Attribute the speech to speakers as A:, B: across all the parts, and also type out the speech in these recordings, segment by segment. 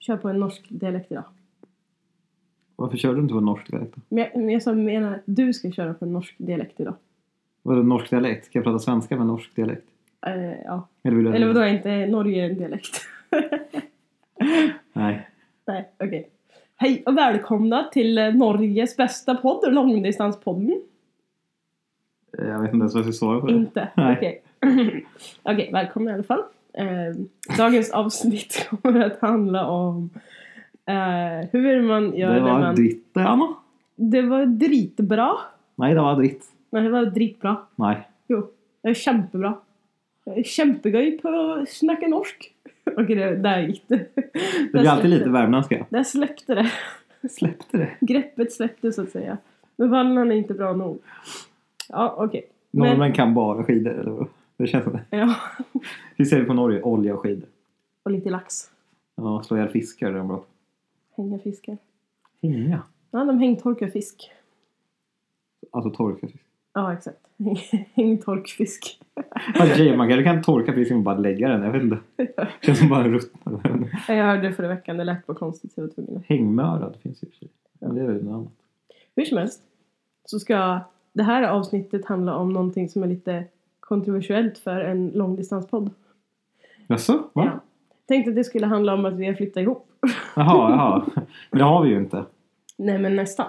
A: kör på en norsk dialekt idag.
B: Varför kör du inte på norsk dialekt då?
A: Men jag, men jag som menar att du ska köra på en norsk dialekt idag.
B: Vadå norsk dialekt? Ska jag prata svenska med norsk dialekt?
A: Eh, ja.
B: Eller vill du
A: Eller vadå, är inte Norge en dialekt?
B: Nej.
A: Nej, okej. Hej och välkomna till eh, Norges bästa podd, Långdistanspodden.
B: Eh, Jag vet inte ens vad jag ska svara på det.
A: Inte?
B: Mm. Nej.
A: Okej. Okej, välkomna i alla fall. Eh, dagens avsnitt kommer att handla om eh, hur man gör
B: det var
A: när man...
B: dritt det, Anna.
A: det var dritbra.
B: Nej, det var dritt.
A: Nej, det var dritbra.
B: Nej.
A: Jo, det är kjempebra. Det är Kjempegøy på å snakke norsk. Okej, det, där gick det.
B: Det blir alltid lite värmländska.
A: Där släppte det.
B: Släppte det.
A: Greppet släppte så att säga. Men vallen är inte bra nog. Ja, okej. Men-
B: Norrmän kan bara skidor, eller vadå? Det känns som det.
A: Ja.
B: Hur ser vi på Norge? Olja och skidor.
A: Och lite lax.
B: Ja, slå ihjäl fiskar är det bra.
A: Hänga fiskar.
B: Inga.
A: Ja, de hängtorkar fisk.
B: Alltså torka fisk.
A: Ja, exakt. Hängtorkfisk.
B: Fast tjejer, man kanske kan torka fisken och bara lägga den. Jag vet inte. Det känns som bara ruttnar.
A: Jag hörde förra veckan, det lät på konstigt så jag var tvungen. att-
B: Hängmörad finns ju i och för sig. Men det är väl något annat.
A: Hur som helst så ska det här avsnittet handla om någonting som är lite kontroversiellt för en långdistanspodd.
B: Jaså? Va?
A: Ja. Tänkte att det skulle handla om att vi har flyttat ihop.
B: Jaha, jaha. Men det har vi ju inte.
A: Nej men nästan.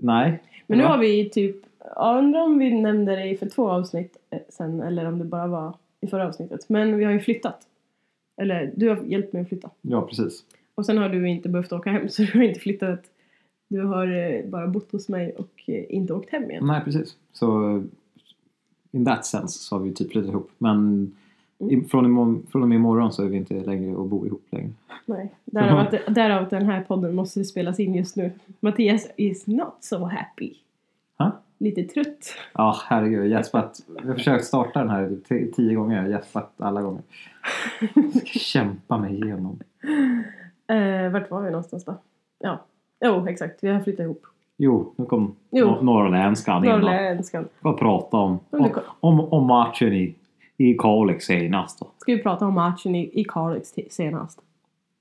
B: Nej.
A: Men nu
B: Va?
A: har vi typ, jag undrar om vi nämnde det i för två avsnitt eh, sen eller om det bara var i förra avsnittet. Men vi har ju flyttat. Eller du har hjälpt mig att flytta.
B: Ja, precis.
A: Och sen har du inte behövt åka hem så du har inte flyttat. Du har eh, bara bott hos mig och eh, inte åkt hem igen.
B: Nej, precis. Så in that sense så har vi typ flyttat ihop. Men i,
A: Mm.
B: från, imorgon, från och med imorgon så är vi inte längre och bor ihop längre.
A: Nej. Därav att, därav att den här podden måste spelas in just nu. Mattias is not so happy.
B: Ha?
A: Lite trött.
B: Ja, herregud. Jag har gäspat. Jag har försökt starta den här t- tio gånger. Jag har gäspat alla gånger. Jag ska kämpa mig igenom.
A: Eh, vart var vi någonstans då? Ja. Jo, exakt. Vi har flyttat ihop.
B: Jo, nu kom
A: Jo.
B: no- norrländskan in. då.
A: Norrländskan.
B: Vad prata om?
A: Men du
B: Om,
A: kom-
B: om, om matchen i, i Kalix senast då.
A: Ska vi prata om matchen i, i Kalix t- senast?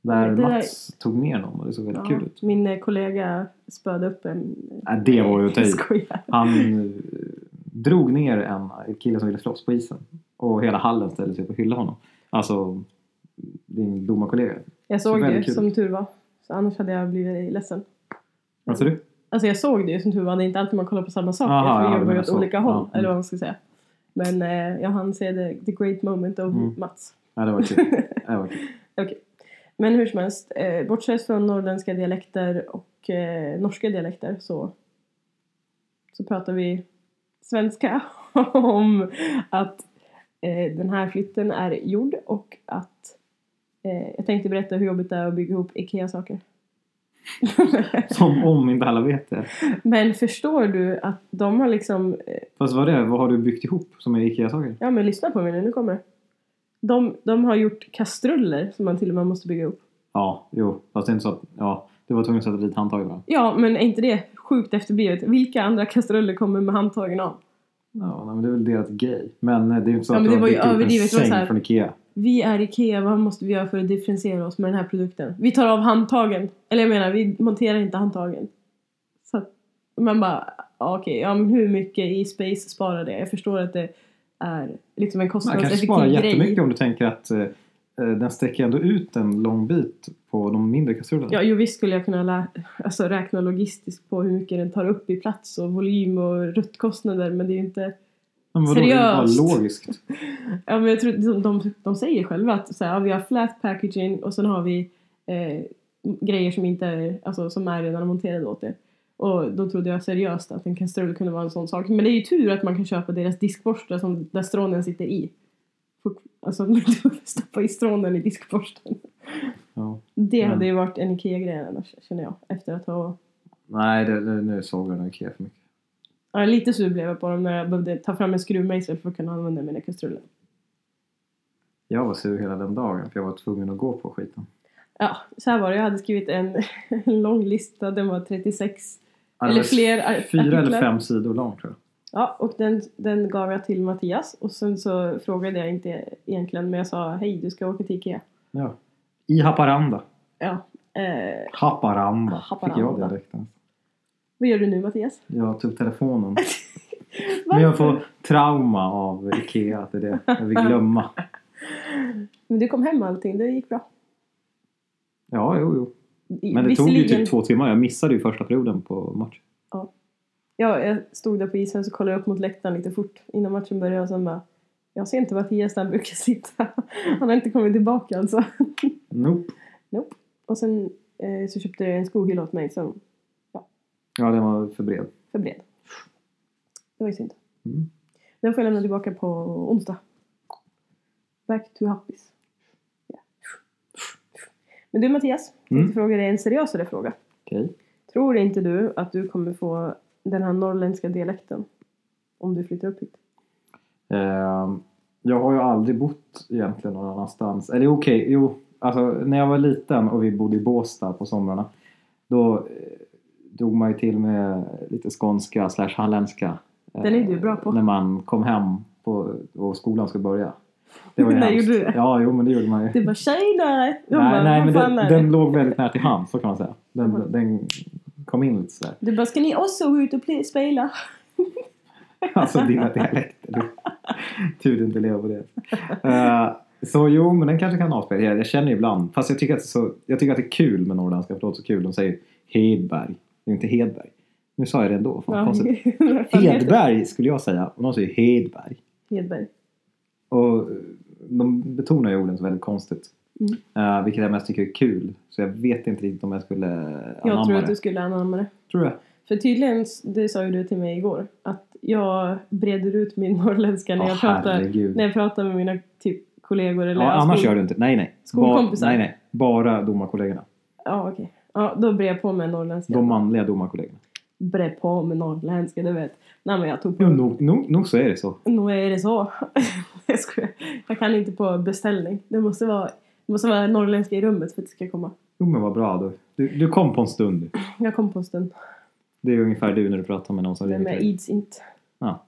B: Där
A: Det där-
B: Mats tog ner någon och det såg väldigt
A: Ja,
B: kul ut.
A: Min eh, kollega spöade upp en...
B: Nej, det var ju att ta i.
A: Skojar.
B: Han eh, drog ner en kille som ville slåss på isen. Och hela hallen ställde sig upp och hyllade honom. Alltså din domarkollega.
A: Jag såg det ju,
B: Väldigt kul.
A: som tur var. Så annars hade jag blivit ledsen.
B: Vad sa du?
A: Alltså jag såg det ju som tur var. Det är inte alltid man kollar på samma saker.
B: Aha,
A: för
B: ja,
A: vi
B: du
A: jobbar ju
B: menar
A: åt
B: så.
A: olika håll.
B: Ja, mm.
A: Eller vad man ska säga. Men eh, jag hann se the, the great moment of
B: Mm.
A: Mats.
B: Ja, det var kul. Det var kul.
A: Men hur som helst. Eh, bortsett från norrländska dialekter och eh, norska dialekter så, så pratar vi svenska om att eh, den här flytten är gjord och att eh, jag tänkte berätta hur jobbigt det är att bygga ihop IKEA-saker.
B: Som om inte alla vet det.
A: Men förstår du att de har liksom eh,
B: Fast vad är det? Vad har du byggt ihop som är IKEA-saker?
A: Ja men lyssna på mig nu, nu kommer det. de, de har gjort kastruller som man till och med måste bygga upp.
B: Ja, jo. Fast det är inte så att... Ja, du var tvungen att sätta dit handtag i varandra.
A: Ja, men är inte det sjukt efterblivet? Vilka andra kastruller kommer med handtagen av?
B: Ja, nej, men det är väl deras grej. Men eh, det är ju inte så
A: Ja,
B: att
A: men det
B: du har
A: var ju
B: byggt ihop en
A: överdrivet. Det var så här-
B: säng från IKEA.
A: Vi är IKEA, vad måste vi göra för att differentiera oss med den här produkten? Vi tar av handtagen. Eller jag menar, vi monterar inte handtagen. Så att man bara, ja, okej, ja men hur mycket i space sparar det? Jag förstår att det är liksom en
B: Man kanske sparar
A: kostnadseffektiv grej.
B: jättemycket om du tänker att eh, eh, den sträcker ändå ut en lång bit på de mindre kastrullerna.
A: Ja, jo visst skulle jag kunna lä- alltså, räkna logistiskt på hur mycket den tar upp i plats och volym och ruttkostnader men det är ju inte...
B: Men vadå, det är ju
A: Seriöst?
B: bara logiskt.
A: Ja, men jag tror de, de, de säger själva att så här, ja, vi har flat packaging och sen har vi eh, grejer som inte är, alltså, som är redan monterade åt det. Och då trodde jag seriöst att en kastrull kunde vara en sån sak. Men det är ju tur att man kan köpa deras diskborstar som, där strånen sitter i. Fort- Alltså stoppa i strånen i diskborsten.
B: Ja.
A: Det
B: Mm.
A: hade ju varit en IKEA-grej annars känner jag. Efter att ha
B: Nej, det, det, nu såg jag nog IKEA för mycket.
A: Ja, lite sur blev jag på dem när jag behövde ta fram en skruvmejsel för att kunna använda mina kastruller.
B: Jag var sur hela den dagen för jag var tvungen att gå på skiten.
A: Ja, så här var det. Jag hade skrivit en, en lång lista. Den var 36.
B: Ja, det
A: Eller
B: var
A: fler ar-
B: Fyra eller
A: artiklar.
B: fem sidor lång tror jag.
A: Ja, och den, den gav jag till Mattias. Och sen så frågade jag inte egentligen, men jag sa hej, du ska åka till Ikea.
B: Ja. I Haparanda.
A: Ja. Eh,
B: Haparanda. Fick jag
A: Haparanda.
B: dialekten?
A: vad gör du nu Mattias?
B: Jag tog telefonen. Men jag får trauma av Ikea. Att det är det jag vill glömma.
A: Men du kom hem och allting, det gick bra.
B: Ja, jo, jo.
A: I-
B: Men det tog ju
A: visserligen-
B: typ två timmar. Jag missade ju första perioden på match.
A: Ja, jag stod där på isen så kollade jag upp mot läktaren lite fort innan matchen började och sen bara Jag ser inte Mattias där han brukar sitta. Han har inte kommit tillbaka alltså.
B: Nope.
A: Och sen eh, så köpte jag en skohylla åt mig som
B: Ja, den var för bred.
A: för bred. Det var ju synd.
B: Mm.
A: Den får jag lämna tillbaka på onsdag. Back to happis. Ja. Men du Mattias, jag
B: Mm.
A: tänkte fråga dig en seriösare fråga.
B: Okej.
A: Tror inte du att du kommer få den här norrländska dialekten? Om du flyttar upp hit?
B: Ehm, jag har ju aldrig bott egentligen någon annanstans. Eller okej, jo. Alltså, när jag var liten och vi bodde i Båstad på somrarna. Då eh, drog man ju till med lite skånska slash halländska. eh,
A: Den är du bra på.
B: När man kom hem på, och skolan skulle börja. Det var ju
A: När
B: hemskt.
A: gjorde du det?
B: Ja, jo men det gjorde man ju.
A: Det var tjejer! De
B: nej,
A: bara,
B: nej
A: vad
B: men
A: fan
B: den,
A: är
B: den
A: det?
B: låg väldigt nära till hand så kan man säga. Den,
A: Mhm.
B: den kom in lite sådär.
A: Du bara, ska ni också gå ut och pl- spela?
B: Alltså dina dialekter. Du. Tur du inte lever på det. Eh, så jo, men den kanske kan avspela. Jag, jag känner ibland. Fast jag tycker, att det är så, jag tycker att det är kul med norrländska. För det låter så kul. De säger Hedberg. Det är inte Hedberg. Nu sa jag det ändå. Fan,
A: Ja,
B: konstigt.
A: vad fan heter det?
B: Hedberg skulle jag säga. Och de säger Hedberg.
A: Hedberg.
B: Och eh, de betonar ju orden så väldigt konstigt.
A: Mm.
B: Eh, vilket jag mest tycker är kul. Så jag vet inte riktigt om jag skulle anamma
A: Jag tror
B: det.
A: att du skulle anamma det.
B: Tror du det?
A: För tydligen, det sa ju du till mig igår, att jag breder ut min norrländska när,
B: Ja,
A: jag pratar,
B: herregud.
A: när jag pratar med mina typ, kollegor eller
B: ja, annars
A: skol-
B: gör du inte. Nej, nej.
A: Skolkompisar.
B: nej, nej. Bara domarkollegorna.
A: Ja, okej. Ja, då brer jag på med norrländska.
B: De manliga domarkollegorna.
A: Brer på med norrländska, du vet. Nej, men jag tog på...
B: Jo, nog, nog, nog så är det så.
A: Nog är det så. jag, skojar. jag kan inte på beställning. Det måste vara, det måste vara norrländska i rummet för att det ska komma.
B: Jo men vad bra. Du, du, du kom på en stund.
A: Jag kom på en stund.
B: Det är ungefär du när du pratar med någon som
A: Men jag
B: ringer till
A: ids inte.
B: Ja.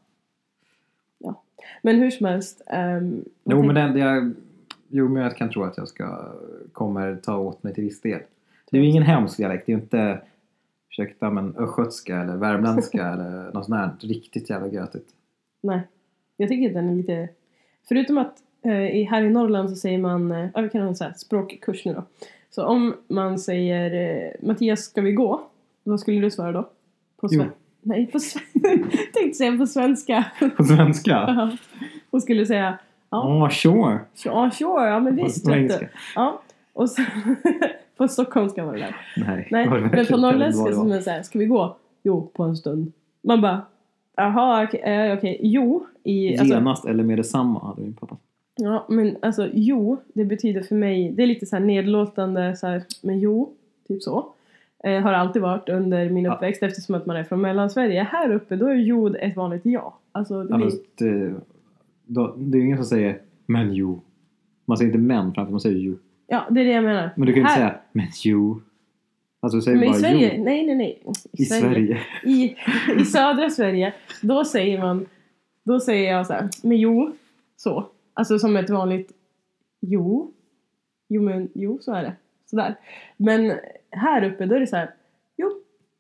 A: Ja. Men hur som helst. ehm, vad
B: Jo men,
A: tänkte-
B: den, det jag, jo men jag kan tro att jag ska, kommer ta åt mig till viss del. Det är ju ingen hemsk dialekt. Det är ju inte, ursäkta men östgötska eller värmländska eller något sånt där riktigt jävla götigt.
A: Nej. Jag tycker att den är lite... Förutom att eh, i, här i Norrland så säger man... Eh, ja, vi kan ha en sån här språkkurs nu då. Så om man säger eh, Mattias, ska vi gå? Vad skulle du svara då? På
B: Jo.
A: svenska? Nej, på svenska. tänkte säga på svenska.
B: På svenska?
A: och skulle säga Ja.
B: Ja, sure.
A: ja, sure, ja men
B: På
A: visst. vet du.
B: engelska.
A: Ja. Och sen, på stockholmska var det där.
B: Nej,
A: Nej,
B: det var
A: men på
B: verkligen inte
A: norrländska
B: vad det
A: så är
B: var.
A: man såhär, ska vi gå? Jo, på en stund. Man bara, jaha, okej, eh, okej, jo. I, alltså,
B: Genast eller med detsamma hade min pappa.
A: ja, men alltså jo, det betyder för mig, det är lite såhär nedlåtande såhär, men jo, typ så. Eh, har alltid varit under min
B: Ja.
A: uppväxt eftersom att man är från mellansverige. Här uppe då är jo ett vanligt ja. Alltså, det
B: Ja,
A: blir,
B: men det, då, det är ju ingen som säger men jo. Man säger inte men framför, man säger jo.
A: ja, det är det jag menar.
B: Men du kan ju inte
A: Här-
B: säga men jo. Alltså du säger
A: Men i
B: bara
A: Sverige,
B: jo.
A: nej nej nej.
B: I Sverige.
A: i, i södra Sverige, då säger man, då säger jag så här, men jo, så. Alltså som ett vanligt jo, jo men jo så är det. Sådär. Men här uppe då är det så här, jo,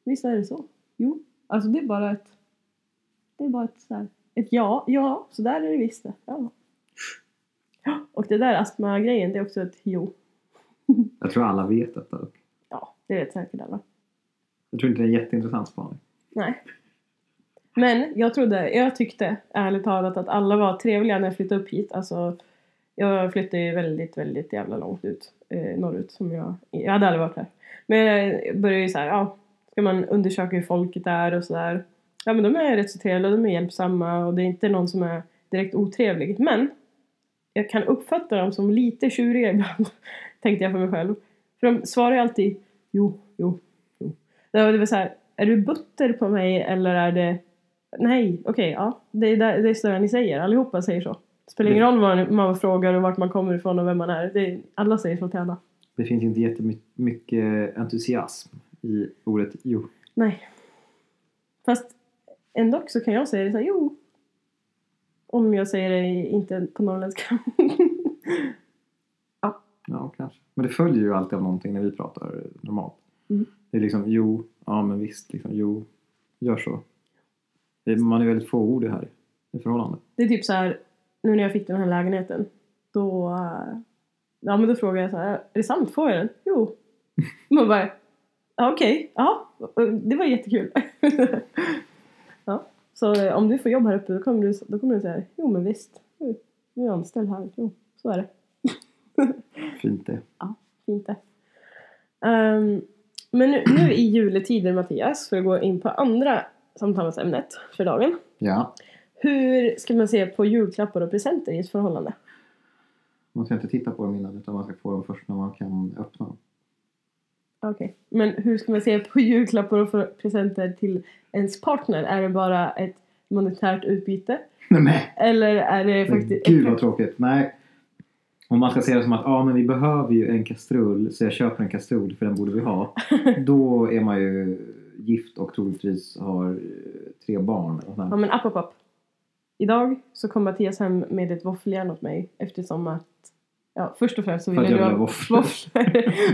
A: visst är det så. Jo, alltså det är bara ett, det är bara ett så här, ett ja, ja, så där är det visst det. Ja. Ja, Och det där astma-grejen, det är också ett jo.
B: Jag tror alla vet detta. dock.
A: Ja, det vet säkert alla.
B: Jag tror inte det är en jätteintressant spaning.
A: Nej. Men jag trodde, jag tyckte ärligt talat att alla var trevliga när jag flyttade upp hit. Alltså, jag flyttade ju väldigt, väldigt jävla långt ut eh, norrut. Som jag, jag hade aldrig varit här. Men jag började ju så här, ja, ska man undersöka hur folket är och sådär. Ja men de är rätt så trevliga, de är hjälpsamma och det är inte någon som är direkt otrevlig. Men jag kan uppfatta dem som lite tjuriga ibland, tänkte jag för mig själv. För de svarar ju alltid jo, jo, jo. Det var, det var så här, är du butter på mig eller är det... Nej, okej, ja. Det är, där, det är sådär ni säger, allihopa säger så. Det spelar ingen roll vad man frågar och vart man kommer ifrån och vem man är. Det, är- alla säger så till alla.
B: Det finns inte jättemycket entusiasm i ordet jo.
A: Nej. Fast ändå så kan jag säga det så här, jo. Om jag säger det inte på norrländska. ja,
B: Ja, kanske. Men det följer ju alltid av någonting när vi pratar normalt.
A: Mm.
B: Det är liksom jo, ja men visst, liksom, jo, gör så. Det är- Man är väldigt fåordig här i förhållande.
A: Det är typ så här, nu när jag fick den här lägenheten, då, eh, ja, men då frågade jag så här, är det sant, får jag den? Jo. Man bara, ja, okej, ja, det var jättekul. ja, så eh, om du får jobb här uppe då kommer du, då kommer du säga, jo men visst, jo, nu är jag anställd här, jo, så är det,
B: Fint det.
A: fint det. Ehm, men nu, nu i juletider Mattias, för att gå in på andra samtalsämnet för dagen.
B: Ja,
A: Hur ska man se på julklappar och presenter i ett förhållande?
B: man ska inte titta på dem innan utan man ska få dem först när man kan öppna dem.
A: Okej. Men hur ska man se på julklappar och för- presenter till ens partner? Är det bara ett monetärt utbyte?
B: Nej, nej.
A: Eller är det faktiskt...
B: Gud vad tråkigt. Nej. Om man ska se det som att ja, men vi behöver ju en kastrull så jag köper en kastrull för den borde vi ha. Då är man ju gift och troligtvis har eh, tre barn. Och sådär.
A: Ja men app, app, app. Idag så kom Mattias hem med ett våffeljärn åt mig eftersom att... Ja, först och främst så
B: För
A: ville
B: att jag
A: du
B: vill ha
A: ha
B: våfflor.
A: våfflor.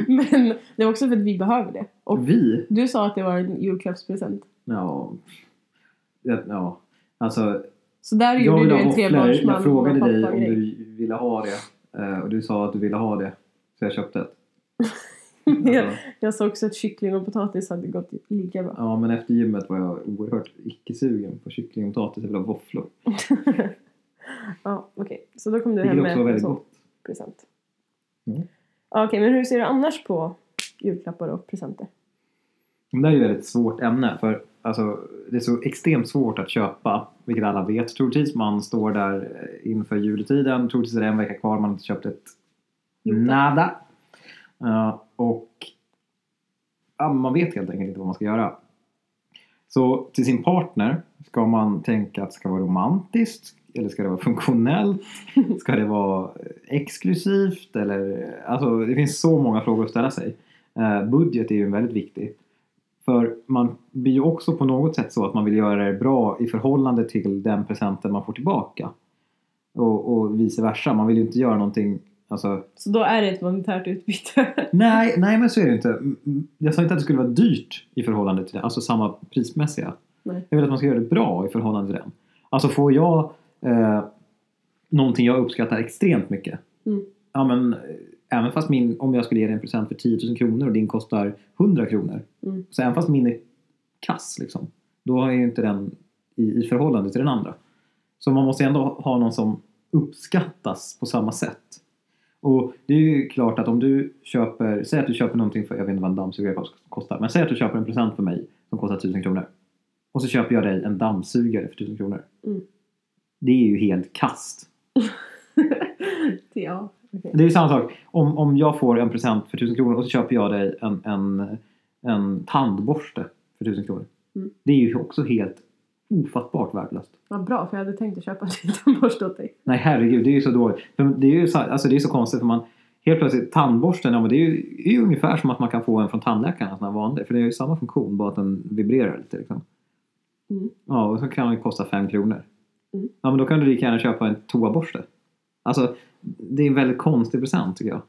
A: men det var också för att vi behöver det. Och
B: Vi?
A: du sa att det var en julklappspresent.
B: Ja. Ja, Ja. Alltså,
A: Så där
B: jag
A: gjorde
B: vill
A: du
B: ha
A: en
B: våfflor.
A: trebarnsman
B: Jag frågade
A: och
B: dig om
A: pappagrej.
B: du ville ha det. eh, Och du sa att du ville ha det. Så jag köpte ett.
A: jag,
B: Alltså,
A: jag sa också att kyckling och potatis hade gått lika bra.
B: ja, men efter gymmet var jag oerhört icke-sugen på kyckling och potatis. Jag ville ha våfflor.
A: Ja, okej. Så då kom du hem
B: Vilket också
A: med
B: var
A: en
B: väldigt
A: sån
B: gott.
A: present.
B: Mm.
A: Ja, Okej, men hur ser du annars på julklappar och presenter?
B: Men Det här är ju ett väldigt svårt ämne för alltså, det är så extremt svårt att köpa, vilket alla vet. Troligtvis man står där eh, inför juletiden, troligtvis är det en vecka kvar, man har inte köpt ett
A: Jo, tack.
B: nada. Eh, och ja, man vet helt enkelt inte vad man ska göra. Så till sin partner ska man tänka att det ska vara romantiskt eller ska det vara funktionellt? Ska det vara eh, exklusivt? Eller, alltså, det finns så många frågor att ställa sig. Eh, budget är ju en väldigt viktig. För man blir ju också på något sätt så att man vill göra det bra i förhållande till den presenten man får tillbaka. Och, och vice versa. Man vill ju inte göra någonting... Alltså,
A: Så då är det ett monetärt utbyte.
B: nej, nej, men så är det inte. Mm, mm, Jag sa inte att det skulle vara dyrt i förhållande till det. Alltså samma prismässiga.
A: Nej.
B: Jag vill att man ska göra det bra i förhållande till den. Alltså får jag eh, någonting jag uppskattar extremt mycket.
A: Mm.
B: Ja, men, eh, även fast min, om jag skulle ge dig en present för 10 000 kronor och din kostar 100 kronor.
A: Mm.
B: Så även fast min är kass liksom. Då är ju inte den i, i förhållande till den andra. Så man måste ändå ha- ha någon som uppskattas på samma sätt. Och det är ju klart att om du köper, säg att du köper någonting för, jag vet inte vad en dammsugare kostar, men säg att du köper en present för mig som kostar 1000 kronor. Och så köper jag dig en dammsugare för 1000 kronor.
A: Mm.
B: Det är ju helt kast.
A: ja, okej.
B: Det är ju samma sak. Om, om jag får en present för 1000 kronor och så köper jag dig en, en, en tandborste för 1000 kronor.
A: Mm.
B: Det är ju också helt ofattbart värdelöst.
A: Vad bra, för jag hade tänkt att köpa en liten borste åt dig.
B: Nej herregud, det är ju så dåligt. För Det är ju så, alltså, det är så konstigt för man helt plötsligt tandborsten, ja, men det är ju, det är ju ungefär som att man kan få en från tandläkaren, en sån här vanlig. För det är ju samma funktion, bara att den vibrerar lite. Liksom.
A: Mm.
B: Ja, och så kan den ju kosta 5 kronor.
A: Mm.
B: Ja, men då kan du lika gärna köpa en toaborste. Alltså, det är en väldigt konstig present tycker jag.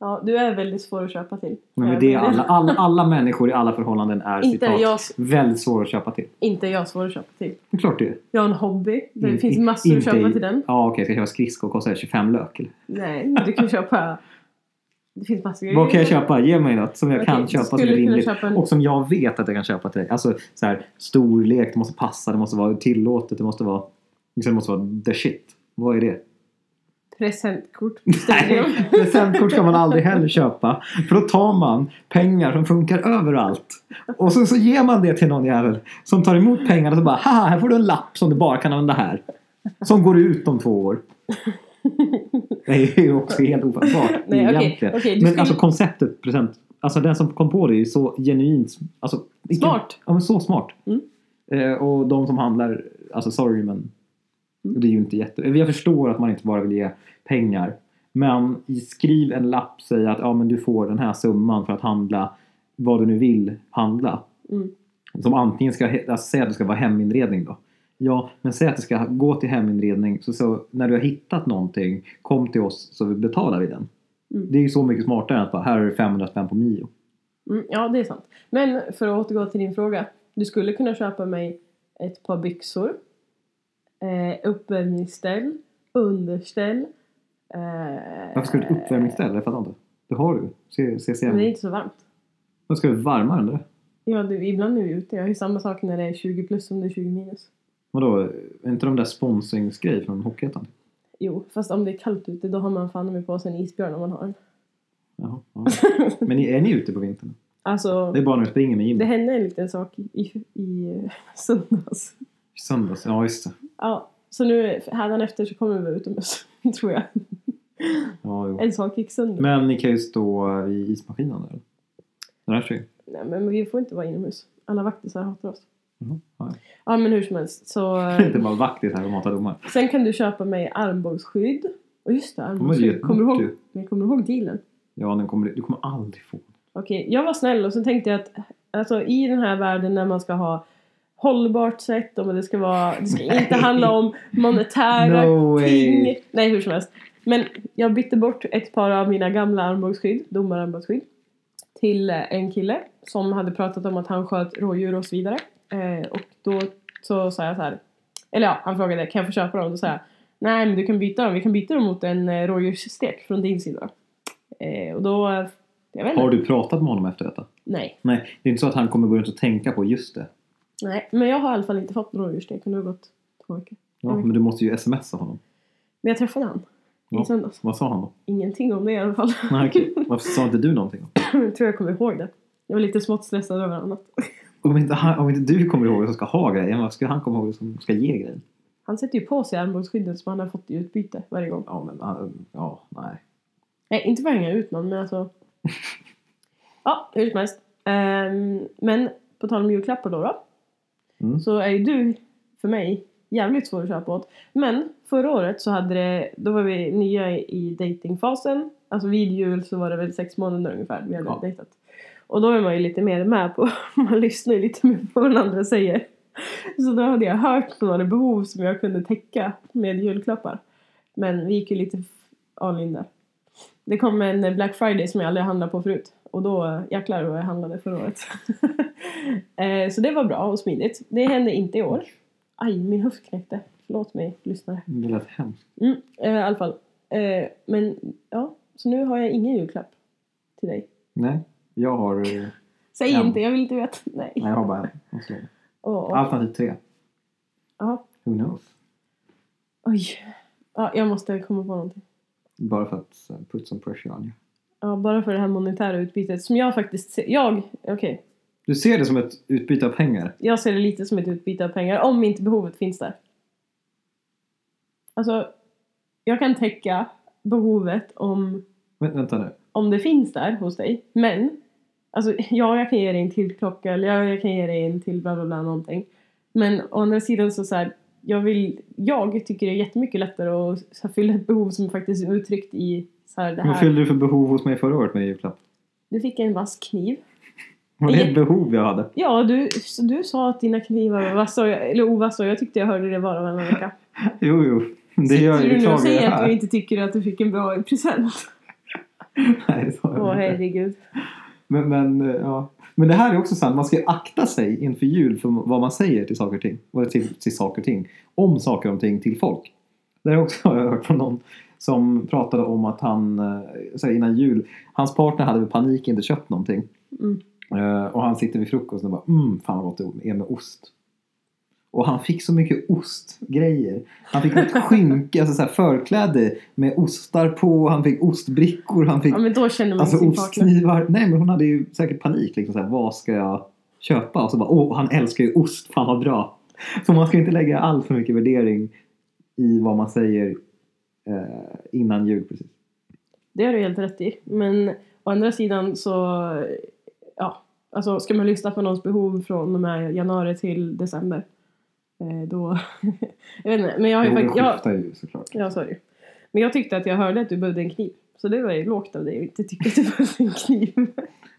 A: Ja, du är väldigt svår att köpa till.
B: Nej, men det är alla, alla, alla människor i alla förhållanden är
A: Inte
B: citat,
A: jag-
B: väldigt svåra att köpa till.
A: Inte jag svår att köpa till.
B: Det är klart det är.
A: Jag har en hobby. Det
B: Mm,
A: finns
B: i-
A: massor att
B: inte
A: köpa
B: i-
A: till den.
B: Ja, okej, ska jag köpa skridskor och kosta 25 lök? Eller?
A: Nej, men du kan köpa... Det finns massor
B: Vad kan jag köpa? Ge mig något som jag
A: Okej,
B: kan
A: du
B: köpa som är
A: skulle kunna
B: rimligt.
A: köpa en-
B: Och som jag vet att jag kan köpa till dig. Alltså så här, storlek, det måste passa, det måste vara tillåtet, det måste vara, liksom, det måste vara the shit. Vad är det?
A: Presentkort.
B: Nej, presentkort ska man aldrig heller köpa. För då tar man pengar som funkar överallt. Och så, så ger man det till någon jävel som tar emot pengarna och så bara Haha, här får du en lapp som du bara kan använda här. Som går ut om två år. Det är ju också helt ofattbart
A: Nej, okej,
B: egentligen.
A: okej, du
B: Men
A: skulle-
B: alltså konceptet present. Alltså den som kom på det är ju så genuint. Alltså, vilken-
A: Smart.
B: Ja men så smart.
A: Mm.
B: Eh, och de som handlar, alltså sorry men.
A: Mm.
B: Det är ju inte jätte... Jag förstår att man inte bara vill ge pengar. Men i- skriv en lapp, säg att ja, men du får den här summan för att handla vad du nu vill handla.
A: Mm.
B: Som antingen ska, he- alltså, säg att det ska vara heminredning då. Ja, men säg att det ska gå till heminredning. Så, så när du har hittat någonting, kom till oss så vi betalar vi den.
A: Mm.
B: Det är ju så mycket smartare än att bara, här är det 500 spänn på Mio.
A: Mm, ja, det är sant. Men för att återgå till din fråga. Du skulle kunna köpa mig ett par byxor, eh, uppvärmningsställ, underställ. Eh,
B: Varför ska du ha ett uppvärmningsställ? Jag fattar inte. Det har du. C-
A: Men det är
B: CCM.
A: inte så varmt.
B: Vad ska du värma den där?
A: Ja, det, ibland är vi ute. Jag har ju samma sak när det är 20 plus som det är 20 minus.
B: Vadå? Är inte de där sponsringsgrejer från Hockeyettan?
A: Jo, fast om det är kallt ute då har man fan med på sig en isbjörn om man har en.
B: Jaha. Ja. Men är ni ute på vintern?
A: Alltså,
B: Det är bara när du springer med
A: det
B: Jimmy.
A: hände en liten sak i, i eh, söndags.
B: Söndags? Ja, just det.
A: Ja, så nu hädanefter så kommer vi vara utomhus, tror jag.
B: Ja, jo.
A: En sak gick sönder.
B: Men ni kan ju stå vid ismaskinen där. Den här tjejen.
A: Nej, men vi får inte vara inomhus. Alla vaktisar hatar oss.
B: Mhm. Ja.
A: Ja, men hur som helst. Så, eh,
B: Inte bara vaktis här och mata domar.
A: sen kan du köpa mig armbågsskydd. Och just det,
B: Men det
A: armbågsskydd.
B: är
A: Kommer du ihåg,
B: jättedyrt.
A: nej, kommer du ihåg dealen?
B: Ja, den kommer, du kommer aldrig få.
A: Okej, jag var snäll och sen tänkte jag att alltså, i den här världen när man ska ha hållbart sätt och det ska vara, det ska
B: Nej.
A: inte handla om monetära
B: No way.
A: ting. Nej, hur som helst. Men jag bytte bort ett par av mina gamla armbågsskydd, domararmbågsskydd, till eh, en kille som hade pratat om att han sköt rådjur och så vidare. Eh, och då så sa jag så här, eller ja, han frågade kan jag få köpa dem? Då sa jag, nej men du kan byta dem, vi kan byta dem mot en eh, rådjursstek från din sida. Eh, och då, eh, jag vet inte.
B: Har du pratat med honom efter detta?
A: Nej.
B: Nej, det är inte så att han kommer gå runt och tänka på just det.
A: Nej, men jag har i alla fall inte fått någon rådjursstek. Det har gått två veckor.
B: Ja,
A: Mm.
B: Men du måste ju smsa honom.
A: Men jag träffade han
B: Ja.
A: i söndags.
B: Vad sa han då?
A: Ingenting om det i alla fall.
B: Nej, okej. Varför sa inte du någonting? då?
A: jag tror jag kommer ihåg det. Jag var lite smått stressad över annat.
B: Om inte, han, om inte du kommer ihåg vem som ska ha grejen, varför ska han komma ihåg vem som ska ge grejen?
A: Han sätter ju på sig armbågsskyddet som han har fått i utbyte varje gång.
B: Ja, men han- ja, nej.
A: Nej, inte för att hänga ut någon, men alltså... ja, hur som helst. Ehm, men på tal om julklappar då, då
B: Mm.
A: så är ju du, för mig, jävligt svår att köpa åt. Men förra året så hade det, då var vi nya i datingfasen. Alltså vid jul så var det väl sex månader ungefär vi hade
B: Ja.
A: dejtat. Och då är man ju lite mer med på, man lyssnar ju lite mer på vad den andra säger. Så då hade jag hört några behov som jag kunde täcka med julklappar. Men vi gick ju lite all in där. Det kom en Black Friday som jag aldrig handlat på förut. Och då eh, jäklar vad jag handlade förra året. eh, så det var bra och smidigt. Det hände inte i år. Aj, min höft knäckte. Förlåt mig, lyssnare.
B: Det lät hemskt.
A: Mm, eh, I alla fall. Eh, men ja, så nu har jag ingen julklapp till dig.
B: Nej, jag har, nej,
A: Säg
B: Ja.
A: inte, jag vill inte veta. Nej.
B: jag har bara en. Och så-
A: Åh, åh.
B: Alternativ tre.
A: Ja.
B: Who knows?
A: Oj. Ja, jag måste komma på någonting.
B: Bara för att eh, put some pressure on you.
A: Ja, bara för det här monetära utbytet som jag faktiskt ser. Jag, okej.
B: Du ser det som ett utbyte av pengar.
A: Jag ser det lite som ett utbyte av pengar om inte behovet finns där. Alltså, jag kan täcka behovet om,
B: Men, vänta nu.
A: om det finns där hos dig. Men, alltså ja, jag kan ge dig en till klocka eller ja, jag kan ge dig en till bla bla bla någonting. Men å andra sidan så, så här, jag vill, jag tycker det är jättemycket lättare att så här, fylla ett behov som faktiskt är uttryckt i så här, det
B: Vad
A: här.
B: fyllde du för behov hos mig förra året med julklapp?
A: Du fick en vass kniv.
B: Var det
A: Jag-
B: ett behov jag hade?
A: Ja, du, du sa att dina knivar var vassa, och jag- eller ovassa och jag tyckte jag hörde det var och varannan vecka.
B: Jo, jo. Det gör
A: Sitter
B: jag
A: du nu och
B: beklagar det
A: säger att du
B: här.
A: inte tycker att du fick en bra present?
B: Nej, det sa jag
A: Åh
B: inte.
A: herregud.
B: Men, men, eh, ja. men det här är också sant. Man ska ju akta sig inför jul för vad man säger till saker och ting. Vad Till, till saker och ting. Om saker och ting till folk. Det här också har jag hört från någon som pratade om att han, eh, så här, innan jul, hans partner hade med panik inte köpt någonting.
A: Mm.
B: Eh, Och han sitter vid frukosten och bara mm, fan vad gott det är med ost. Och han fick så mycket ostgrejer. Han fick ett skynke, alltså så här förkläde med ostar på. Han fick ostbrickor, han fick
A: Ja men då känner man
B: Alltså
A: sin partner.
B: ostknivar. Nej men hon hade ju säkert panik. Liksom, så här, vad ska jag köpa? Och så bara, åh han älskar ju ost. Fan vad bra. Så man ska inte lägga all för mycket värdering i vad man säger eh, innan jul. Precis.
A: Det har du helt rätt i. Men å andra sidan så, ja. Alltså ska man lyssna på någons behov från och med januari till december. Eh, då, jag vet inte. Men jag har ju
B: Jo, det
A: faktiskt, jag,
B: skiftar ju såklart.
A: ja sorry. Men jag tyckte att jag hörde att du behövde en kniv. Så det var ju lågt av dig att inte tycka att du behövde en kniv.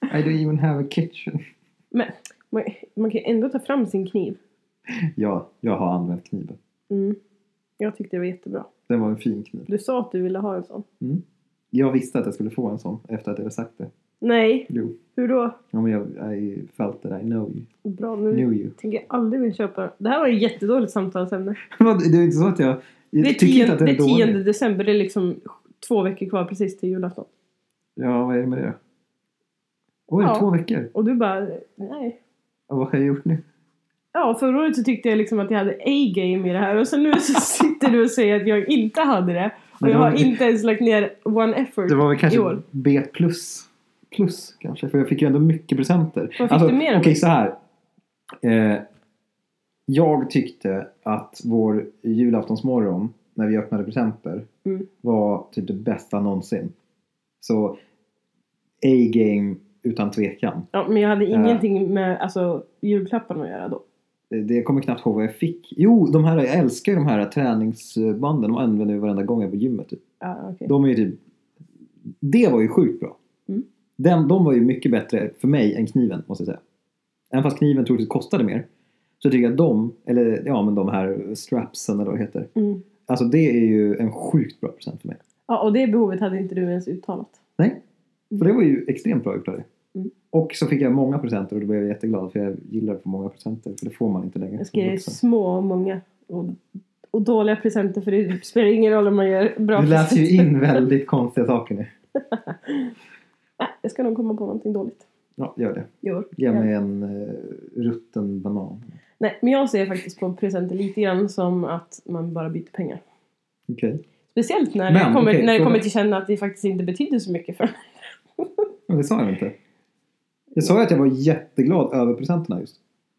B: I don't even have a kitchen.
A: Man, man kan ju ändå ta fram sin kniv.
B: Ja, jag har använt kniven.
A: Mm. Jag tyckte det var jättebra.
B: Den var en fin kniv.
A: Du sa att du ville ha en sån.
B: Mm. Jag visste att jag skulle få en sån efter att jag hade sagt det.
A: Nej,
B: Jo.
A: hur då?
B: Ja, men jag I felt that I know you.
A: Bra, nu
B: Knew you.
A: tänker jag aldrig mer köpa. Det här var ju jättedåligt samtalsämne.
B: Vad, det är inte så att jag... jag
A: Det är,
B: tycker inte
A: tionde,
B: att den
A: det är 10
B: dålig.
A: december, det är liksom två veckor kvar precis till julafton.
B: Ja, vad är det med det? Oj,
A: Ja.
B: två veckor.
A: Och du bara, nej.
B: Ja, vad har jag gjort nu?
A: Ja, förra året så tyckte jag liksom att jag hade A-game i det här och sen nu så sitter du och säger att jag inte hade det. Och
B: Men
A: jag
B: det var-
A: har inte ens lagt ner one effort.
B: Det var väl
A: i
B: kanske
A: år.
B: B plus. Plus kanske, för jag fick ju ändå mycket presenter. Alltså,
A: fick du mer än
B: Okej,
A: mig?
B: så här. Eh, jag tyckte att vår julaftonsmorgon, när vi öppnade presenter,
A: Mm.
B: var typ det bästa någonsin. Så A-game utan tvekan.
A: Ja, men jag hade
B: Ja.
A: ingenting med alltså, julklapparna att göra då.
B: Eh, Det jag kommer knappt ihåg vad jag fick. Jo, de här, jag älskar ju de här träningsbanden. De använder jag varenda gång jag är på gymmet. Typ.
A: Ja, okej.
B: De är ju typ... Det var ju sjukt bra.
A: Mm.
B: Den, de var ju mycket bättre för mig än kniven, måste jag säga. Även fast kniven troligtvis kostade mer. Så tycker jag att de, eller ja men de här strapsen eller vad det heter.
A: Mm.
B: Alltså det är ju en sjukt bra present för mig.
A: Ja, och det behovet hade inte du ens uttalat.
B: Nej, för det var ju extremt bra gjort av dig.
A: Mm.
B: Och så fick jag många presenter och då blev jag jätteglad för jag gillar att få många presenter. För det får man inte längre. Mm.
A: Jag ska
B: som
A: ge
B: vuxen.
A: små och många och, och dåliga presenter för det spelar ingen roll om man gör bra
B: Du läser ju
A: presenter.
B: in väldigt konstiga saker nu.
A: Nej, jag ska nog komma på någonting dåligt.
B: Ja, gör det.
A: i år.
B: Ge
A: Ja.
B: mig en eh, rutten banan.
A: Nej, men jag ser faktiskt på presenter lite grann som att man bara byter pengar.
B: Okej.
A: Speciellt när
B: Men,
A: det kommer,
B: okej,
A: när det
B: fråga.
A: kommer till känna att det faktiskt inte betyder så mycket för mig.
B: Ja, det sa jag inte. Jag sa ju att jag var jätteglad över presenterna just.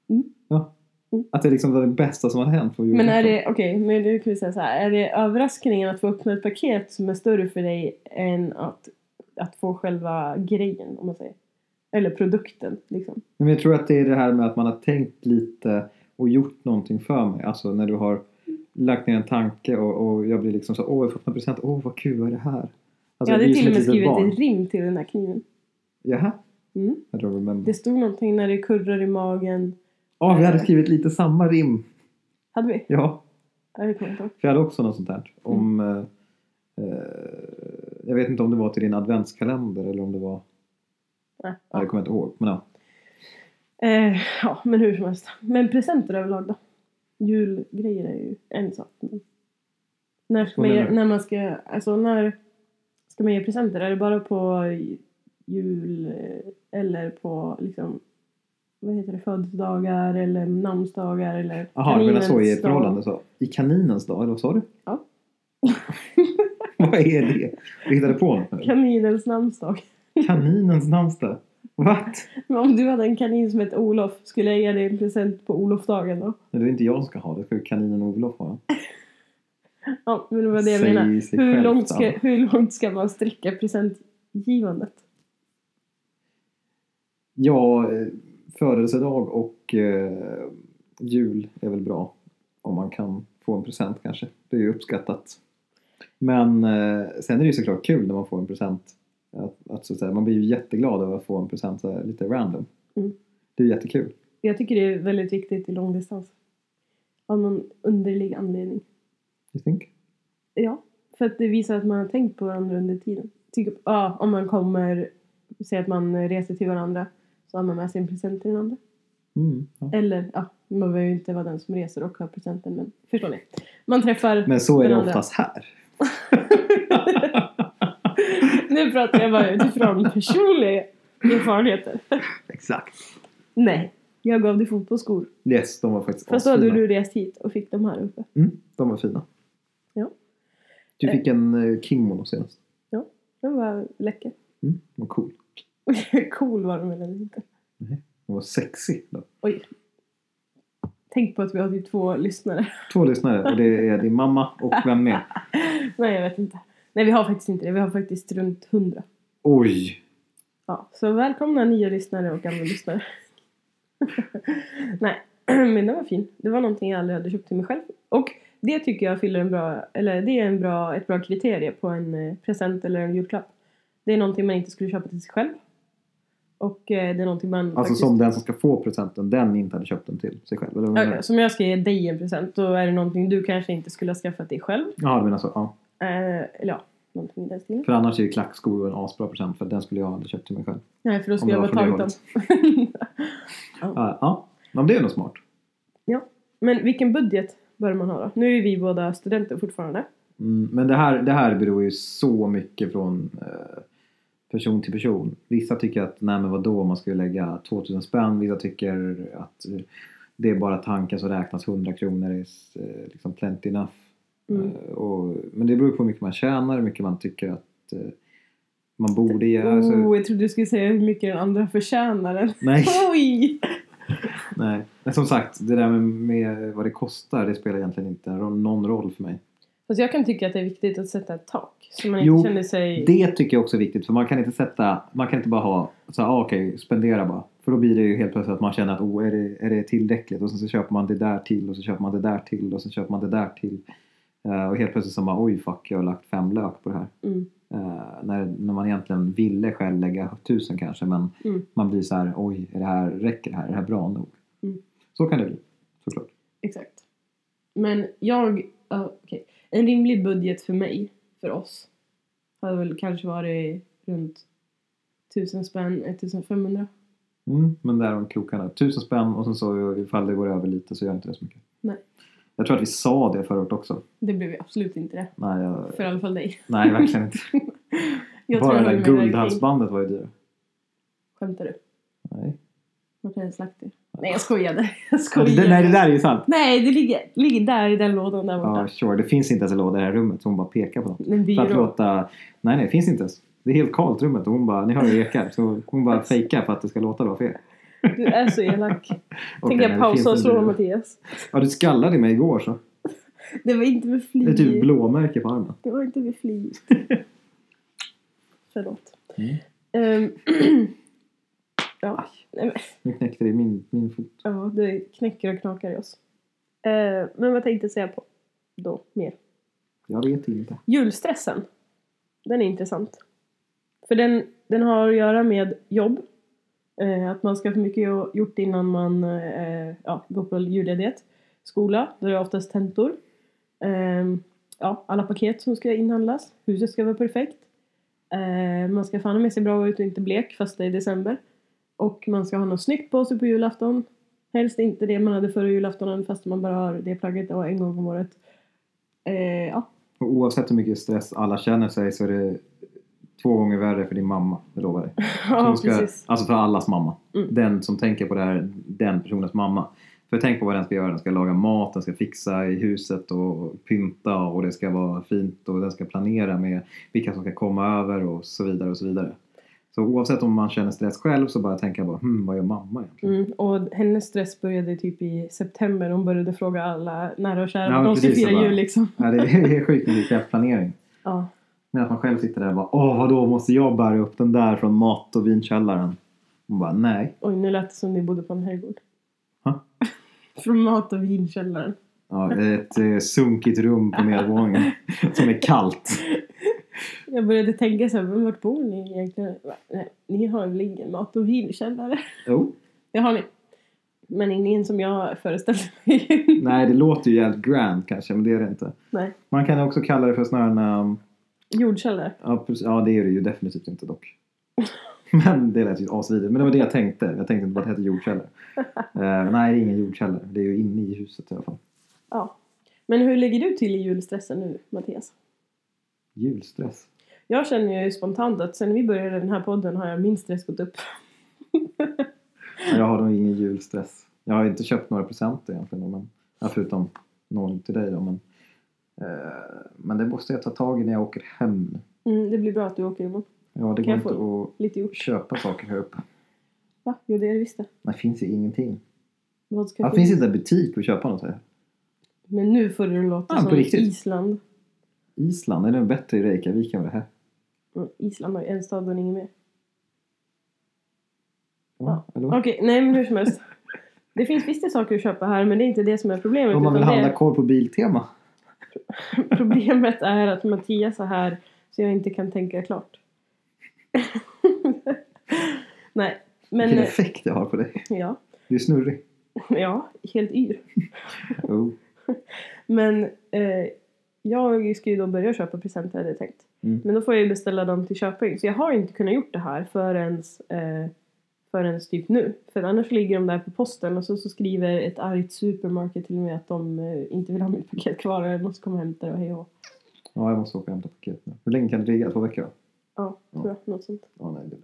A: Mm.
B: Ja.
A: Mm.
B: Att det liksom var det bästa som hade hänt på
A: Men är
B: julafton.
A: det, okej, men nu kan vi säga så här. Är det överraskningen att få öppna ett paket som är större för dig än att, att få själva grejen, om man säger? Eller produkten, liksom.
B: Nej, Men jag tror att det är det här med att man har tänkt lite och gjort någonting för mig. Alltså när du har lagt ner en tanke och, och jag blir liksom så åh jag får öppna present, åh vad kul, vad är det här? Alltså,
A: jag hade
B: det
A: till
B: är som
A: och med
B: ett litet
A: skrivit
B: barn.
A: ett rim till den här kniven.
B: Jaha,
A: Mm.
B: I don't remember.
A: Det stod någonting när det kurrar i magen.
B: Ja, vi hade skrivit lite samma rim.
A: Hade vi?
B: Ja,
A: Ja, det kommer jag inte ihåg.
B: för jag hade också något sånt där. Om,
A: Mm.
B: eh, eh, jag vet inte om det var till din adventskalender eller om det var
A: Nej.
B: Ja, det kommer jag inte ihåg. Men ja.
A: Eh, ja, men hur som helst. Men presenter överlag då? Julgrejer är ju en sak. Men när, ska man
B: Vad
A: ge,
B: menar du?
A: när man ska, alltså när ska man ge presenter? Är det bara på jul eh, eller på liksom, vad heter det, födelsedagar eller namnsdagar eller
B: Jaha, du menar så i
A: kaninens
B: ett förhållande så. I kaninens dag, eller vad sa du?
A: Ja.
B: vad är det? Du hittade på något
A: dag?
B: nu?
A: Kaninens namnsdag.
B: Kaninens namnsdag? What?
A: Men om du hade en kanin som hette Olof, skulle jag ge dig en present på Olofdagen då?
B: Nej, det är inte jag som ska ha det. Det ska ju kaninen Olof ha.
A: Ja, men det var det jag
B: Säger
A: menade.
B: sig
A: Hur
B: självt,
A: långt, ska,
B: Anna.
A: hur långt ska man sträcka presentgivandet?
B: Ja, eh, födelsedag och eh, jul är väl bra. Om man kan få en present kanske. Det är ju uppskattat. Men eh, sen är det ju såklart kul när man får en present. Att, att, så att säga, man blir ju jätteglad över att få en present så här, lite random.
A: Mm.
B: Det är ju jättekul.
A: Jag tycker det är väldigt viktigt i långdistans. Av någon underlig anledning.
B: You think?
A: Ja, för att det visar att man har tänkt på varandra under tiden. Typ, ja, om man kommer, säg att man reser till varandra så har man med sig en present till den andra.
B: Mm, ja.
A: Eller, ja, man behöver ju inte vara den som reser och har presenten men förstår ni? Man träffar...
B: Men så är
A: Den
B: det
A: andra.
B: oftast här.
A: nu pratar jag bara utifrån personliga erfarenheter.
B: Exakt.
A: Nej, jag gav dig fotbollsskor.
B: Yes, de var faktiskt
A: Fast då hade
B: asfina.
A: du rest hit och fick dem här uppe.
B: Mm, de var fina.
A: Ja.
B: Du fick en eh, kimono senast.
A: Den var läcker.
B: Mm, den var cool.
A: cool var den väl eller inte?
B: Den var sexig. Då.
A: Tänk på att vi har typ två lyssnare.
B: Två lyssnare och det är din mamma och vem mer?
A: Nej, jag vet inte. Nej, vi har faktiskt inte det. Vi har faktiskt runt hundra.
B: Oj!
A: Ja, så välkomna nya lyssnare och gamla lyssnare. Nej, men den var fin. Det var någonting jag aldrig hade köpt till mig själv. Och det tycker jag fyller en bra, eller det är en bra, ett bra kriterie på en eh, present eller en julklapp. Det är någonting man inte skulle köpa till sig själv. Och eh, det är någonting man
B: Alltså
A: faktiskt...
B: som den som ska få presenten, den inte hade köpt den till sig själv. Eller vad menar
A: Okej,
B: du?
A: Eh, som jag ska ge dig en present, då är det någonting du kanske inte skulle ha skaffat dig själv.
B: Jaha, du menar så. Ja.
A: Eh, eller ja, någonting i den stilen.
B: För annars är ju klackskor en asbra present för den skulle jag aldrig köpt till mig själv.
A: Nej, för då
B: Om
A: skulle jag
B: det
A: bara
B: var
A: tagit dem.
B: Ja, ja. men det är nog smart.
A: Men vilken budget bör man ha då? Nu är vi båda studenter fortfarande.
B: Mm, men det här, det här beror ju så mycket från eh, person till person. Vissa tycker att nej men vadå man ska ju lägga 2000 spänn. Vissa tycker att eh, det är bara tanken som räknas 100 kronor är eh, liksom plenty enough.
A: Mm.
B: Eh, och, men det beror på hur mycket man tjänar, hur mycket man tycker att eh, man borde ge. Alltså,
A: Oh, jag trodde du skulle säga hur mycket den andra förtjänar. den.
B: nej,
A: Oj!
B: nej. Men som sagt, det där med, med vad det kostar det spelar egentligen inte någon roll för mig.
A: Fast jag kan tycka att det är viktigt att sätta ett tak. Så man inte
B: Jo,
A: känner sig...
B: Det tycker jag också är viktigt för man kan inte sätta, man kan inte bara ha så här, ah, okej, spendera bara. För då blir det ju helt plötsligt att man känner att oh, är, det, är det tillräckligt? Och sen så köper man det där till och så köper man det där till och så köper man det där till. Eh, och helt plötsligt så bara oj fuck, jag har lagt fem lök på det här.
A: Mm.
B: Eh, när, när man egentligen ville själv lägga tusen kanske men
A: Mm.
B: man blir så här oj, är det här, räcker det här? Är det här bra nog?
A: Mm.
B: Så kan det bli, såklart.
A: Exakt. Men jag... ja, okej. En rimlig budget för mig, för oss, hade väl kanske varit runt 1000 spänn, 1500.
B: Mm, men där om krokarna. Tusen spänn och sen så ifall det går över lite så gör inte det så mycket.
A: Nej.
B: Jag tror att vi sa det förut också.
A: Det blev ju absolut inte det.
B: Nej, jag,
A: För i alla fall dig.
B: nej verkligen inte.
A: Jag
B: Bara
A: tror
B: det
A: jag höll mig
B: där
A: där kring.
B: guldhalsbandet var ju dyrt.
A: Skämtar du?
B: Nej.
A: Martina Slakter. Nej, jag skojade. Jag
B: Ja, det,
A: skojade.
B: nej, det där är ju sant.
A: Nej, det ligger, ligger där i den lådan där borta.
B: Ja, sure. Det finns inte ens en låda i det här rummet. Så hon bara pekar på något.
A: En
B: För att
A: byrå.
B: låta... Nej, nej, det finns inte ens. Det är helt kallt rummet och hon bara, ni hör ju ekar. Så hon bara fejkar för att det ska låta bra för er.
A: Du är så elak.
B: Okej,
A: Tänker
B: nej,
A: jag
B: det
A: pausa
B: finns
A: och
B: en
A: slå
B: byrå.
A: Mattias.
B: Ja, du skallade mig igår så.
A: Det var inte med
B: Det är
A: flit.
B: typ blåmärke på armen.
A: Det var inte med flit. Förlåt.
B: Mm.
A: Ehm, ja, nej men-
B: Nu knäckte det min, min fot.
A: ja, det knäcker och knakar i oss. Ehm, men vad tänkte jag säga på då mer?
B: Jag vet inte.
A: Julstressen. Den är intressant. För den, den har att göra med jobb. Eh, att man ska ha för mycket jo- gjort innan man eh, ja, går på julledighet. Skola, då är det oftast tentor. Eh, ja, alla paket som ska inhandlas. Huset ska vara perfekt. Eh, man ska fan med sig bra ut och inte blek fast det är december. Och man ska ha något snyggt på sig på julafton. Helst inte det man hade förra julaftonen fast man bara har det plagget och en gång om året. Eh, ja,
B: Och oavsett hur mycket stress alla känner sig så är det två gånger värre för din mamma. Det lovar jag dig.
A: ja
B: Som ska,
A: precis.
B: Alltså för allas mamma.
A: Mm.
B: Den som tänker på det här, den personens mamma. För tänk på vad den ska göra. Den ska laga mat, den ska fixa i huset och pynta och det ska vara fint och den ska planera med vilka som ska komma över och så vidare och så vidare. Så oavsett om man känner stress själv så bara tänka bara hmm, vad gör mamma egentligen?
A: Mm, och hennes stress började typ i september. Hon började fråga alla nära och kära
B: Ja,
A: om de ska
B: precis,
A: fira
B: så bara-
A: jul liksom.
B: Nej, det är sjukt mycket planering.
A: Ja.
B: Men att man själv sitter där och bara åh vadå måste jag bära upp den där från mat och vinkällaren? Man bara nej.
A: Oj, nu lät det som ni bodde på en herrgård.
B: Ha?
A: Från mat och vinkällaren.
B: Ja, ett eh, sunkigt rum på nedervåningen som är kallt.
A: Jag började tänka så här, men vart bor ni egentligen? Va? Nej, ni har väl ingen mat och vinkällare?
B: Jo.
A: Det har ni. Men ingen som jag föreställde mig.
B: Nej, det låter ju jävligt grand kanske, men det är det inte.
A: Nej.
B: Man kan också kalla det för snarare en...
A: Jordkällare.
B: Ja, precis, ja det är det ju definitivt inte dock. Men det lät ju asvidrigt. Men det var det jag tänkte. Jag tänkte inte bara att det hette jordkällare. Eh, nej, det är ingen jordkällare. Det är ju inne i huset i alla fall.
A: Ja. Men hur lägger du till i julstressen nu, Mattias?
B: Julstress.
A: Jag känner ju spontant att sen vi började den här podden har jag min stress gått upp.
B: Jag har nog ingen julstress. Jag har inte köpt några presenter egentligen. Men, ja, förutom någon till dig då. Men, eh, men det måste jag ta tag i när jag åker hem. nu.
A: Mm, det blir bra att du åker imorgon.
B: Ja, det
A: Kan
B: går
A: jag
B: inte att
A: Lite gjort.
B: köpa saker här uppe.
A: Va? Jo, det är det visst det.
B: Det finns ju ingenting.
A: Vad ska
B: Det
A: jag
B: finns
A: till?
B: inte en butik att köpa något här.
A: Men nu får det låta
B: Ja, på
A: som
B: riktigt.
A: Island.
B: Island, är den bättre i Reykjavik än vad det här?
A: Mm, Island har ju en stad och inget mer.
B: Ja, eller vad?
A: Okej, nej men hur som helst. det finns visst det saker att köpa här men det är inte det som är problemet.
B: Om man vill
A: utan det
B: handla korv på Biltema?
A: problemet är att Mattias är här så jag inte kan tänka klart. nej, men
B: Vilken
A: eh,
B: effekt jag har på dig.
A: ja,
B: Du är snurrig.
A: ja, helt yr.
B: Oh.
A: Men eh, jag ska ju då börja köpa presenter hade jag tänkt.
B: Mm.
A: Men då får jag ju beställa dem till Köping. Så jag har inte kunnat gjort det här förrän, eh, förrän typ nu. För annars ligger de där på posten och så, så skriver ett argt supermarket till mig att de eh, inte vill ha mitt paket kvar och jag måste komma och hämta det och hej och hå.
B: Ja, jag måste åka och hämta paket nu. Hur länge kan det ligga? Två veckor då?
A: Ja, tror jag. Något sånt.
B: Ja, nej, det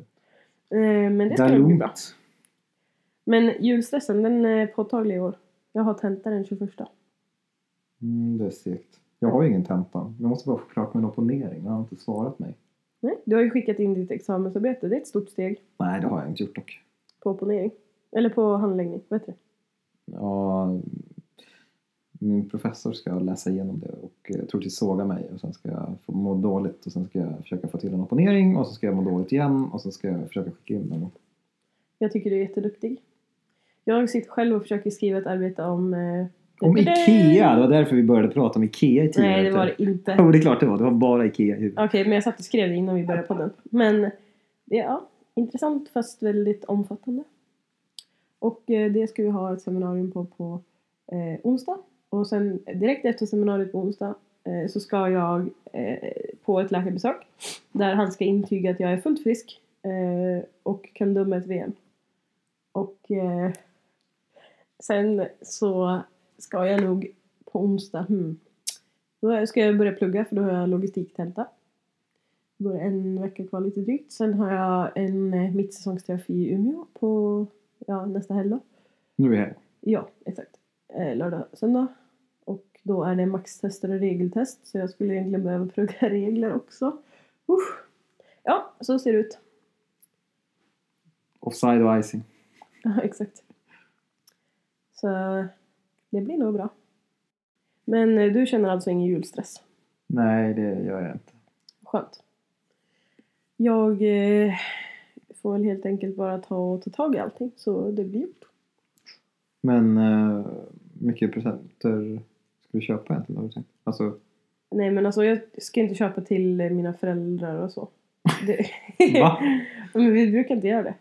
B: är
A: Eh, men det
B: det
A: ska
B: är
A: nog bli bra.
B: lugnt.
A: Men julstressen, den är påtaglig i år. Jag har tenta den 21.
B: Mm, det är segt. Jag har ju ingen tenta. Jag måste bara få klart min opponering. Jag har inte svarat mig.
A: Nej, du har ju skickat in ditt examensarbete. Det är ett stort steg
B: Nej, det har jag inte gjort dock.
A: på opponering. Eller på handläggning, vad heter det?
B: Ja, min professor ska läsa igenom det och eh, troligtvis såga mig och sen ska jag få må dåligt och sen ska jag försöka få till en opponering och så ska jag må dåligt igen och så ska jag försöka skicka in den.
A: Jag tycker du är jätteduktig. Jag sitter själv och försöker skriva ett arbete om... Eh,
B: Om IKEA! Det var därför vi började prata om IKEA i tio
A: Nej, det
B: minuter.
A: var det inte.
B: Jo, det är klart det var. Det var bara IKEA i huvudet.
A: Okej, men jag satt och skrev det innan vi började podden. Men det är ja, intressant fast väldigt omfattande. Och eh, det ska vi ha ett seminarium på på eh, onsdag. Och sen direkt efter seminariet på onsdag eh, så ska jag eh, på ett läkarbesök där han ska intyga att jag är fullt frisk eh, och kan döma ett VM. Och eh, sen så ska jag nog på onsdag, hmm, då ska jag börja plugga för då har jag logistiktenta. Då är en vecka kvar lite drygt. Sen har jag en eh, mittsäsongsträff i Umeå på ja, nästa helg då.
B: Nu är vi här.
A: Ja, exakt. Eh, lördag, söndag. Och då är det maxtester och regeltest. Så jag skulle egentligen behöva plugga regler också. Usch. Ja, så ser det ut.
B: Offside och icing.
A: Ja, exakt. Så det blir nog bra. Men eh, du känner alltså ingen julstress?
B: Nej, det gör jag inte.
A: Skönt. Jag eh, får väl helt enkelt bara ta och ta tag i allting så det blir gjort.
B: Men eh, mycket presenter ska du köpa egentligen? Har du tänkt? Alltså,
A: Nej men alltså jag ska inte köpa till eh, mina föräldrar och så. Det...
B: Va?
A: men vi brukar inte göra det.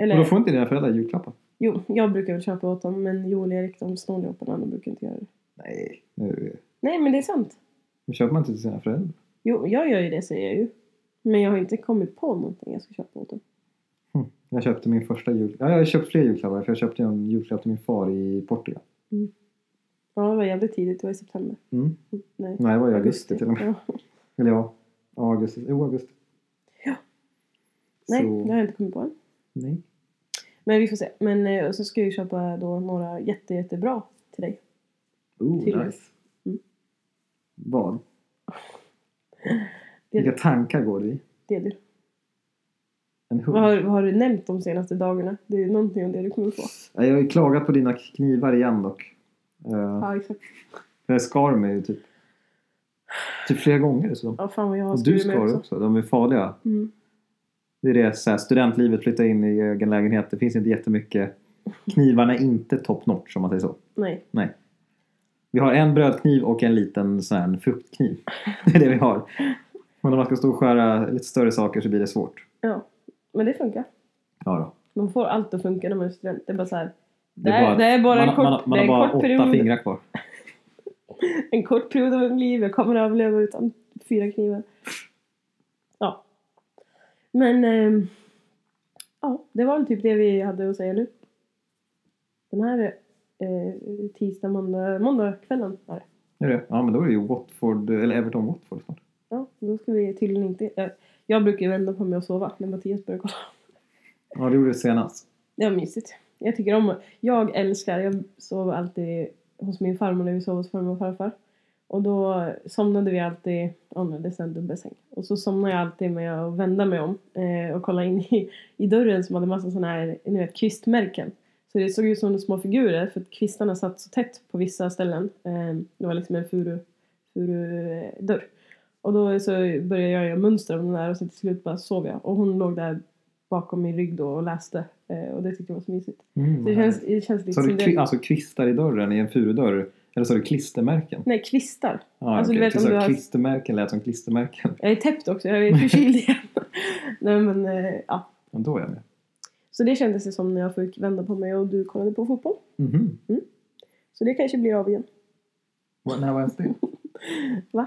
A: Eller
B: och då får inte dina föräldrar julklappar?
A: jo, jag brukar väl köpa åt dem men Joel och Erik de snor det åt varandra och brukar inte göra det.
B: Nej. Nu,
A: Nej men det är sant.
B: nu köper man inte till sina föräldrar.
A: Jo, jag gör ju det säger jag ju. Men jag har inte kommit på någonting jag ska köpa åt dem.
B: Jag köpte min första jul... Ja, jag har köpt fler julklappar för jag köpte en julklapp till min far i Portugal.
A: Ja, det var jävligt tidigt. Det var i september.
B: Mm.
A: Nej,
B: Nej, det var i augusti till och med.
A: Ja.
B: Eller ja, ja, augusti. Jo, augusti.
A: Ja.
B: Så,
A: Nej, det har jag inte kommit på än.
B: nej.
A: Men vi får se. Men eh, och så ska jag ju köpa då några jätte, jättebra till dig.
B: Oh,
A: Till-
B: nice.
A: Mm.
B: Vad?
A: Det-
B: Vilka tankar går du i?
A: Det är du.
B: En hund?
A: Vad har, vad har du nämnt de senaste dagarna? Det är någonting om det du kommer på.
B: Nej, Jag har ju klagat på dina knivar igen dock. Eh,
A: Ja, exakt.
B: Jag skar mig ju typ, typ flera gånger. Så de,
A: Ja, fan vad jag har
B: och du
A: skurit mig
B: skar också. De är farliga.
A: Mm.
B: Det är det, så här, studentlivet, flytta in i egen lägenhet. Det finns inte jättemycket. Knivarna är inte top notch om man säger så.
A: Nej.
B: Vi har en brödkniv och en liten sån här fruktkniv. Det är det vi har. Men om man ska stå och skära lite större saker så blir det svårt.
A: Ja. Men det funkar.
B: Ja då.
A: Man får allt att funka när man är student. Det är bara så här.
B: Det
A: Nej, det är bara en
B: man,
A: kort-
B: man, man,
A: det är
B: har
A: en
B: bara
A: kort
B: åtta
A: period.
B: fingrar kvar.
A: En kort period av mitt liv. Jag kommer att överleva utan fyra knivar. Ja. Men. ehm, ja, det var väl typ det vi hade att säga nu. Den här eh, tisdag, måndag, måndagskvällen var det.
B: Är det? Ja men då är det ju Watford, eller Everton-Watford snart.
A: Ja, då ska vi tydligen inte... Jag, jag brukar ju vända på mig och sova när Mattias börjar kolla.
B: Ja det gjorde det senast.
A: Det var mysigt. Jag tycker om Jag älskar... Jag sover alltid hos min farmor när vi sov hos farmor och farfar. Och då somnade vi alltid... Ja, men det är en dubbelsäng. Och så somnade jag alltid med att vända mig om eh, och kolla in i, i dörren som hade massa sådana här ni vet, kvistmärken. Så det såg ut som små figurer för att kvistarna satt så tätt på vissa ställen. Eh, det var liksom en furu, furu eh, dörr. Och då så började jag göra mönster av den där och sen till slut bara sov jag. Och hon låg där bakom min rygg då och läste. Eh, och det tyckte jag var så mysigt.
B: Mm,
A: Det
B: vad
A: känns, det känns lite
B: Så har
A: som
B: du kvi-
A: det.
B: alltså kvistar i dörren i en furudörr? Eller så har du klistermärken?
A: Nej, kvistar.
B: Ja,
A: Alltså, du
B: okej.
A: vet om
B: Så
A: du har-
B: Klistermärken lät som klistermärken.
A: Jag är täppt också, jag är förkyld igen. Nej men eh, ja.
B: Ja, då är jag med.
A: Så det kändes det som när jag fick vända på mig och du kollade på fotboll.
B: Mhm.
A: Så det kanske blir av igen.
B: Vad- När var ens det?
A: Va?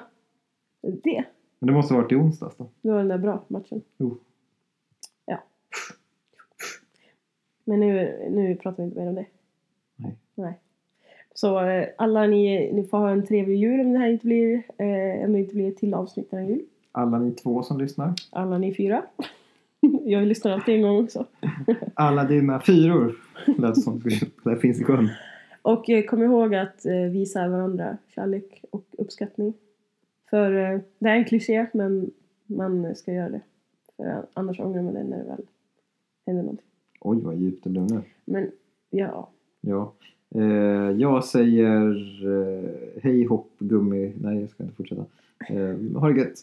A: Det?
B: Men det måste ha varit i onsdags då.
A: Det var den där bra matchen.
B: Jo.
A: Ja. Men nu, nu pratar vi inte mer om det.
B: Nej.
A: Nej. Så eh, alla ni, ni får ha en trevlig jul om det här inte blir, eh, om det inte blir ett till avsnitt den här jul.
B: Alla ni två som lyssnar.
A: Alla ni fyra. Jag lyssnar alltid en gång också.
B: Alla dina fyror. Lät som det finns i sjön.
A: Och eh, kom ihåg att eh, visa varandra kärlek och uppskattning. För eh, det är en kliché, men man ska göra det. För annars ångrar man det när det väl händer någonting.
B: Oj, vad djupt det blev nu.
A: Men ja,
B: Ja. Eh, jag säger eh, hej hopp gummi. Nej, jag ska inte fortsätta. Eh, ha det gött.